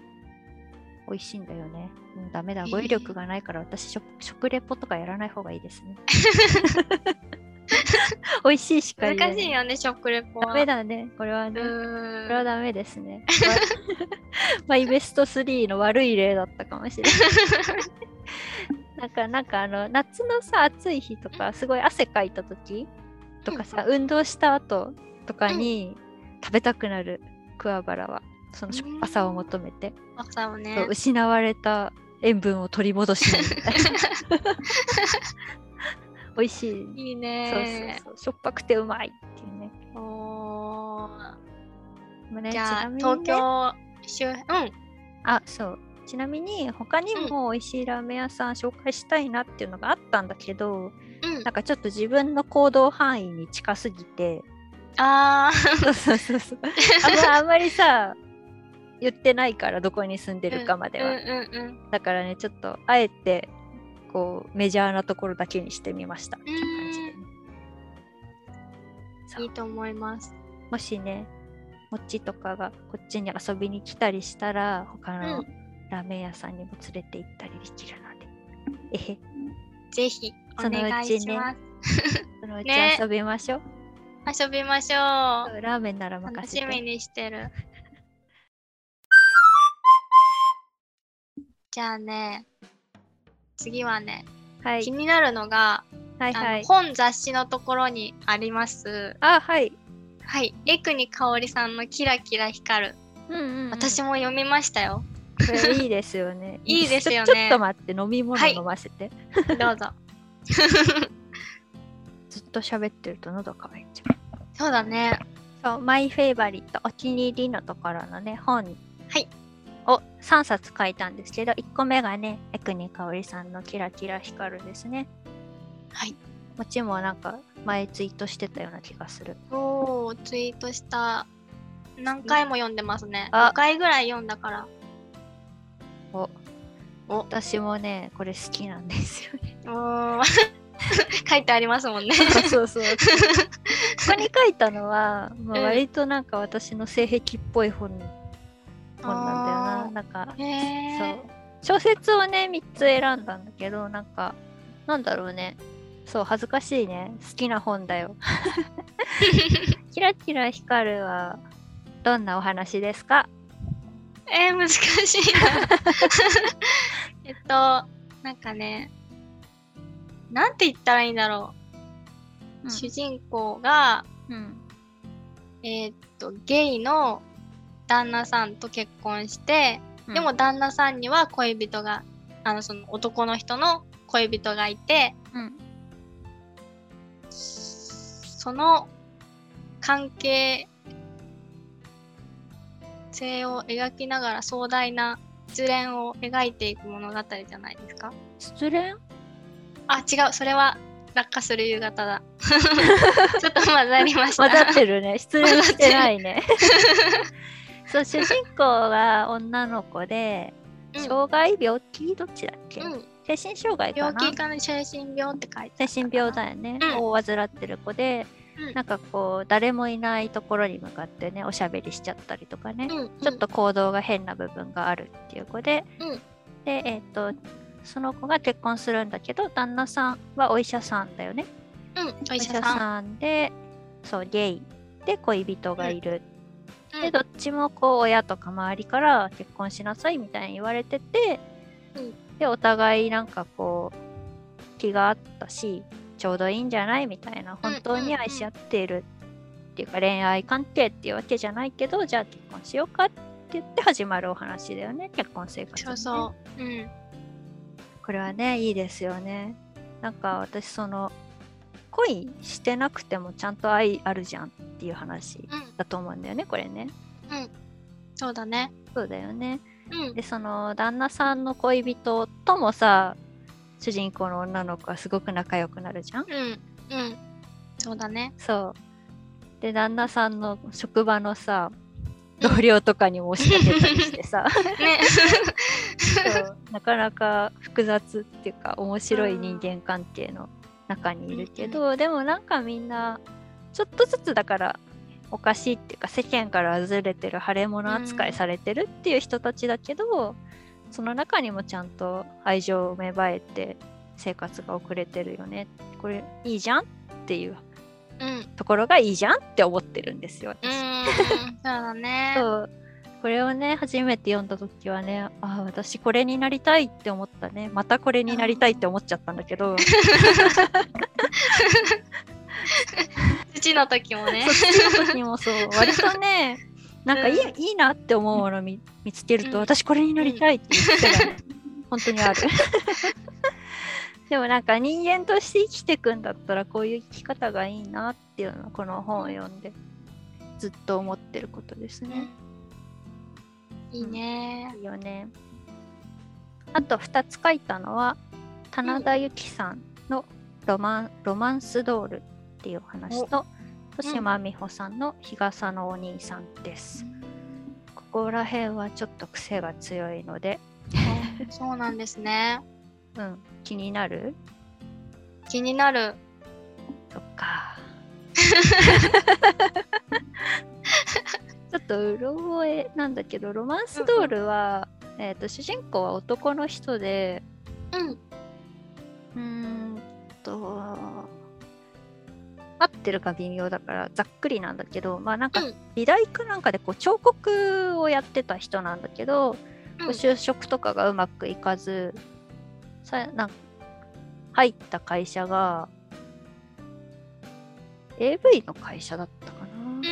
A: 美味しいんだよね。うん、ダメだ、
B: えー
A: 語彙力がないから、私食、食レポとかやらない方がいいです ね。美味しいしか言えない。
B: 難しいよね、食レポは。
A: ダメだね、これはね。これは
B: う
A: ダメですね。 マイベスト3の悪い例だったかもしれ ない。なんか、なんかあの、夏のさ、暑い日とか、すごい汗かいた時とかさ、運動した後とかに食べたくなる桑原は、そのしょっぱさを求めて、
B: ーん。さを
A: そ
B: ね
A: う。失われた塩分を取り戻しにみたいな。 美味しい。
B: いい
A: そう
B: ね
A: そうそう。しょっぱくてうまいっていうね。
B: おー
A: まね
B: じゃ
A: ちな
B: あ、
A: みにね
B: 東京周辺、うん。
A: あそうちなみに他にも美味しいラーメン屋さん紹介したいなっていうのがあったんだけど、
B: うん
A: なんかちょっと自分の行動範囲に近すぎ て
B: あー
A: そうそうそうそうあんまあんまりさ言ってないからどこに住んでるかまでは、
B: うんうんうん
A: だからねちょっとあえてこうメジャーなところだけにしてみましたっていう感じでねそう
B: いいと思います。
A: もしね、もっちとかがこっちに遊びに来たりしたら、他
B: う
A: の
B: ん
A: ラーメン屋さんにも連れて行ったりできるので、えへ、
B: ぜひお
A: そのうちね
B: 願いします。
A: そのうち
B: ね
A: 遊びましょう。
B: 遊びましょう。
A: ラーメンなら任
B: 楽
A: せ
B: しみ
A: て。
B: にしてる。じゃあね、次はね、
A: は
B: 気
A: い、
B: になるのが、
A: はい、
B: あの
A: はい。
B: 本雑誌のところにあります。
A: あ、はい。
B: はい、江国香織さんのキラキラ光る。
A: うんうんうん
B: 私も読みました よ。
A: これいいですよね。
B: いいですよね
A: ちょ。ちょっと待って、飲み物
B: はい
A: 飲ませて。
B: ど うぞ。
A: ずっと喋ってると喉乾いちゃう。
B: そうだね。
A: そう、マイフェイバリット、お気に入りのところのね、本
B: はい
A: を3冊書いたんですけど、1個目がね、エクニカオリさんのキラキラ光るですね。
B: はい。
A: もちもなんか前ツイートしてたような気がする。
B: おー、ツイートした。何回も読んでますね。
A: あ
B: 5回ぐらい読んだから。
A: お
B: お
A: 私もね、これ好きなんですよね。
B: おー 書いてありますもんね。
A: そうそう。ここに書いたのは、まあ、
B: うん
A: 割となんか私の性癖っぽい本本なんだよな。なんか
B: へえ。
A: そう小説をね3つ選んだんだけどなんかなんだろうねそう恥ずかしいね好きな本だ よキラキラ光るはどんなお話ですか
B: えー、難しい な。えっと、なんかね、なんて言ったらいいんだろう。主人公が、
A: うん
B: えーっと、ゲイの旦那さんと結婚して、
A: うん
B: でも旦那さんには恋人が、あの、その男の人の恋人がいて、
A: うん
B: その関係性を描きながら壮大な失恋を描いていく物語じゃないですか
A: 失恋
B: あ違うそれは落下する夕 方だちょっと混ざりました
A: 混ざってる ね失恋してないねそう主人公は女の子で
B: うん
A: 障害病気どっちだっけ、
B: うん、
A: 精神障害か
B: 病
A: な
B: 気かな精神病って書いてあった
A: 精神病だよね、
B: うん
A: を患ってる子で、
B: うん
A: なんかこう誰もいないところに向かってねおしゃべりしちゃったりとかね、
B: うん、うん、
A: ちょっと行動が変な部分があるっていう子で、
B: うん
A: でえっ、とその子が結婚するんだけど旦那さんはお医者さんだよね
B: うん、お
A: お
B: 医
A: 医
B: 者
A: 者
B: さん
A: さんでそうゲイで恋人がいる、
B: うん
A: でどっちもこう親とか周りから結婚しなさいみたいに言われてて、
B: うん
A: でお互いなんかこう気があったしちょうどいいんじゃないみたいな本当に愛し合っているっていうか恋愛関係っていうわけじゃないけどじゃあ結婚しようかって言って始まるお話だよね結婚生活、ね、
B: そうそう、うん、
A: これはねいいですよねなんか私その恋してなくてもちゃんと愛あるじゃんっていう話
B: うん、
A: だと思うんだよねこれね
B: そうだね。
A: そうだよね
B: うん、
A: でその旦那さんの恋人ともさ主人公の女の子はすごく仲良くなるじゃん
B: うん、うん、そうだね。
A: そうで旦那さんの職場のさ
B: う
A: 同
B: ん
A: 僚とかにも押しかけたりしてさ
B: ね、
A: そうなかなか複雑っていうか面白い人間関係の中にいるけど、でもなんかみんなちょっとずつだからおかしいっていうか世間から外れてる腫れ物扱いされてるっていう人たちだけど、その中にもちゃんと愛情を芽生えて生活が遅れてるよねこれいいじゃんっていう
B: うん、うん、
A: ところがいいじゃんって思ってるんですよ私。
B: そうだね。
A: そうこれをね初めて読んだ時はねあ私これになりたいって思ったねまたこれになりたいって思っちゃったんだけどそ
B: 父の時もね
A: っ。ちの時もそう割と ねなんかいい,、いいなって思うもの見見つけると、
B: うん
A: 私これになりたいって言ってたの、本当にある でもなんか人間として生きていくんだったらこういう生き方がいいなっていうのはこの本を読んでずっと思ってることですね。
B: いいね。
A: いいよね。あと2つ書いたのは棚田由紀さんのロマン、ロマンスドール」っていうお話と
B: うん
A: 豊島美穂さんの「日傘のお兄さん」です。ここら辺はちょっと癖が強いので、
B: あそうなんですね。
A: うん、気になる
B: 気になる。
A: そっか。ちょっとうろ覚えなんだけどロマンスドールは、えー、と主人公は男の人で、うー
B: うん、
A: んと合ってるか微妙だからざっくりなんだけどまあなんか
B: うん
A: 美大かなんかでこう彫刻をやってた人なんだけど、
B: うん
A: こう就職とかがうまくいかずさなん入った会社が AV の会社だったかな。
B: うん、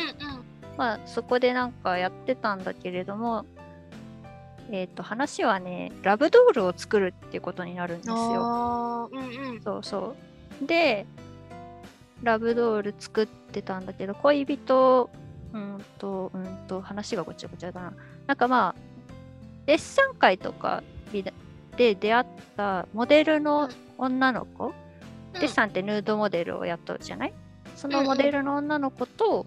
A: まあ、そこでなんかやってたんだけれども、えー、と話はねラブドールを作るっていうことになるんです
B: うん。
A: よ。
B: おーうん、うん、
A: そうそう。で、ラブドール作ってたんだけど、恋人、うんと、うんと、話がごちゃごちゃだな。なんかまあ、デッサン会とか美大で出会ったモデルの女の子、
B: うん
A: デッサンってヌードモデルをやったじゃないそのモデルの女の子と、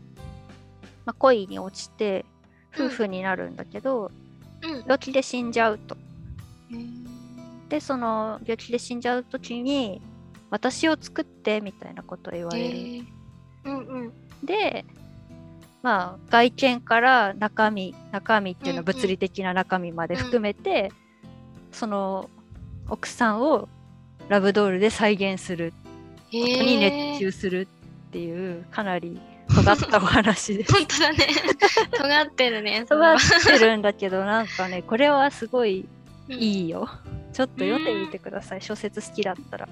A: まあ、恋に落ちて、夫婦になるんだけど、
B: うん。
A: 病気で死んじゃうと。
B: へー
A: でその病気で死んじゃう時に「私を作って」みたいなことを言われる、
B: へーうん、うん、
A: でまあ外見から中身中身っていうのは
B: うんうん
A: 物理的な中身まで
B: うん
A: 含めて、その奥さんをラブドールで再現する
B: へ
A: ことに熱中するっていう、かなり尖ったお話です。
B: 本当だね。 尖ってるね。そ
A: 尖
B: れは
A: ってるんだけどなんかねこれはすごい
B: うん
A: いいよ。ちょっと読んでみてください、小説好きだったら。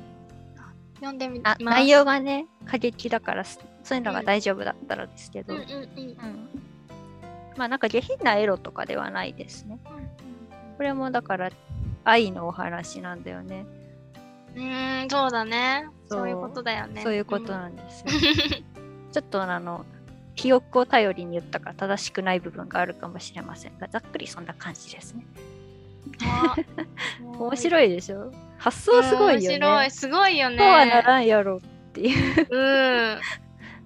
B: 読んでみ
A: あ
B: ます。
A: 内容がね過激だからすそういうのが大丈夫だったらですけ
B: う
A: ど、
B: ん、うん、うん。
A: うんまあなんか下品なエロとかではないですねこれもだから愛のお話なんだよね
B: うーん、そうだね。
A: そう
B: そういうことだよね。
A: そういうこと
B: ん
A: なんですよ、ちょっとあの記憶を頼りに言ったか正しくない部分があるかもしれませんがざっくりそんな感じですね。面
B: い。
A: 白いでしょ発想すごいよね。
B: 面白い。すごいよね。
A: そうはならんやろ
B: うん。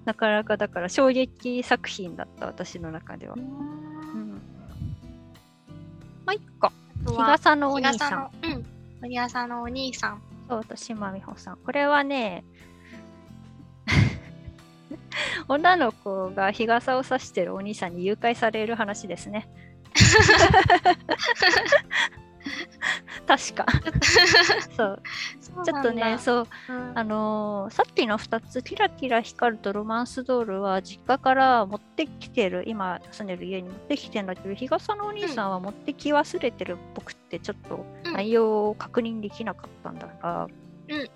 A: なかなかだから衝撃作品だった私の中では。うん、まあ一個
B: あと
A: 日
B: は
A: 傘のお
B: 日
A: 兄
B: 傘
A: さん。
B: の、うん。日傘のお兄さん。
A: そう、と島美穂さん。これはね、 女の子が日傘を差してるお兄さんに誘拐される話です ね。確か。そう。ちょっとね、そう、
B: うん
A: あのーさっきの2つ、キラキラ光るとロマンスドールは実家から持ってきてる、今住んでる家に持ってきてるんだけど、日傘のお兄さんは持ってき忘れてるっぽくて、ちょっと
B: うん
A: 内容を確認できなかったんだが、
B: うん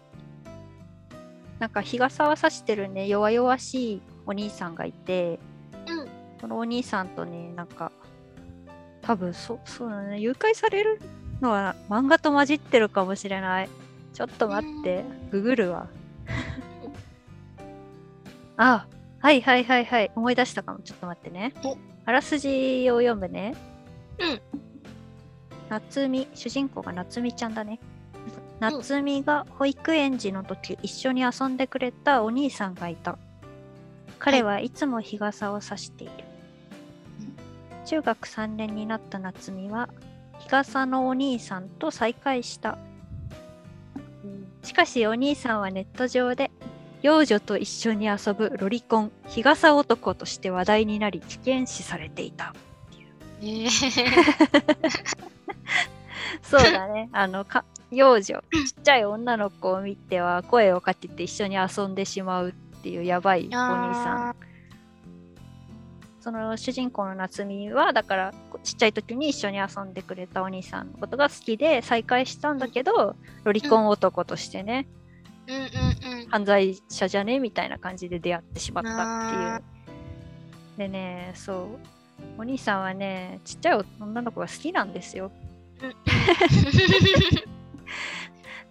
A: なんか日傘は差してるね、弱々しいお兄さんがいて、
B: うん
A: このお兄さんとね、なんか、多分そそうだね、誘拐されるのは漫画と混じってるかもしれない。ちょっと待って、ググるわ。あ、はいはいはいはい、思い出したかも。ちょっと待ってね
B: お。
A: あらすじを読むね。
B: うん。
A: 夏美、主人公が夏美ちゃんだね。夏美が保育園児の時、一緒に遊んでくれたお兄さんがいた。彼はいつも日傘を差している。中学3年になった夏美は日傘のお兄さんと再会したしかしお兄さんはネット上で幼女と一緒に遊ぶロリコン日傘男として話題になり危険視されていた
B: ええ
A: そうだ ねあのか幼女ちっちゃい女の子を見ては声をかけて一緒に遊んでしまうっていうや ばいお兄さん
B: あ
A: その主人公の夏美はだからこちっちゃい時に一緒に遊んでくれたお兄さんのことが好きで再会したんだけどロリコン男としてね、
B: ーう んうんうん。
A: 犯罪者じゃねみたいな感じで出会ってしまったっていう。でねそうお兄さんはねちっちゃい女の子が好きなんですよ。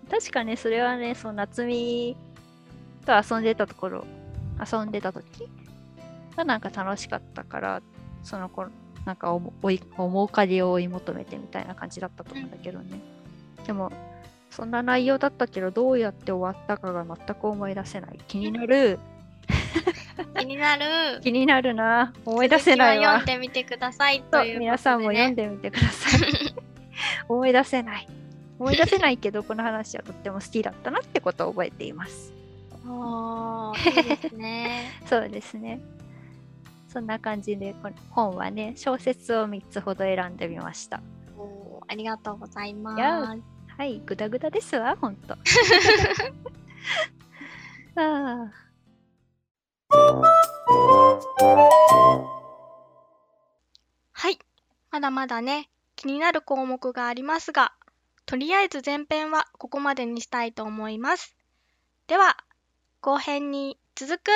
A: 確かねそれはねそう夏美と遊んでたところ遊んでた時がなんか楽しかったからその子なんかおも追い面影を追い求めてみたいな感じだったと思うんだけどね、でもそんな内容だったけどどうやって終わったかが全く思い出せない気にな る
B: 気になる。
A: 気になるな思い出せないわ
B: 続きを読んでみてください
A: そ
B: と
A: う
B: いうことで、ね。
A: 皆さんも読んでみてください 思い出せない思い出せないけどこの話はとっても好きだったなってことを覚えています
B: おーいいですね。
A: そうですね。そんな感じで、この本はね、小説を3つほど選んでみました。
B: おーありがとうございま
A: や
B: す。
A: はい、グダグダですわ、ほんと。あ
B: はい。まだまだね、気になる項目がありますが、とりあえず前編はここまでにしたいと思います。では、後編に続く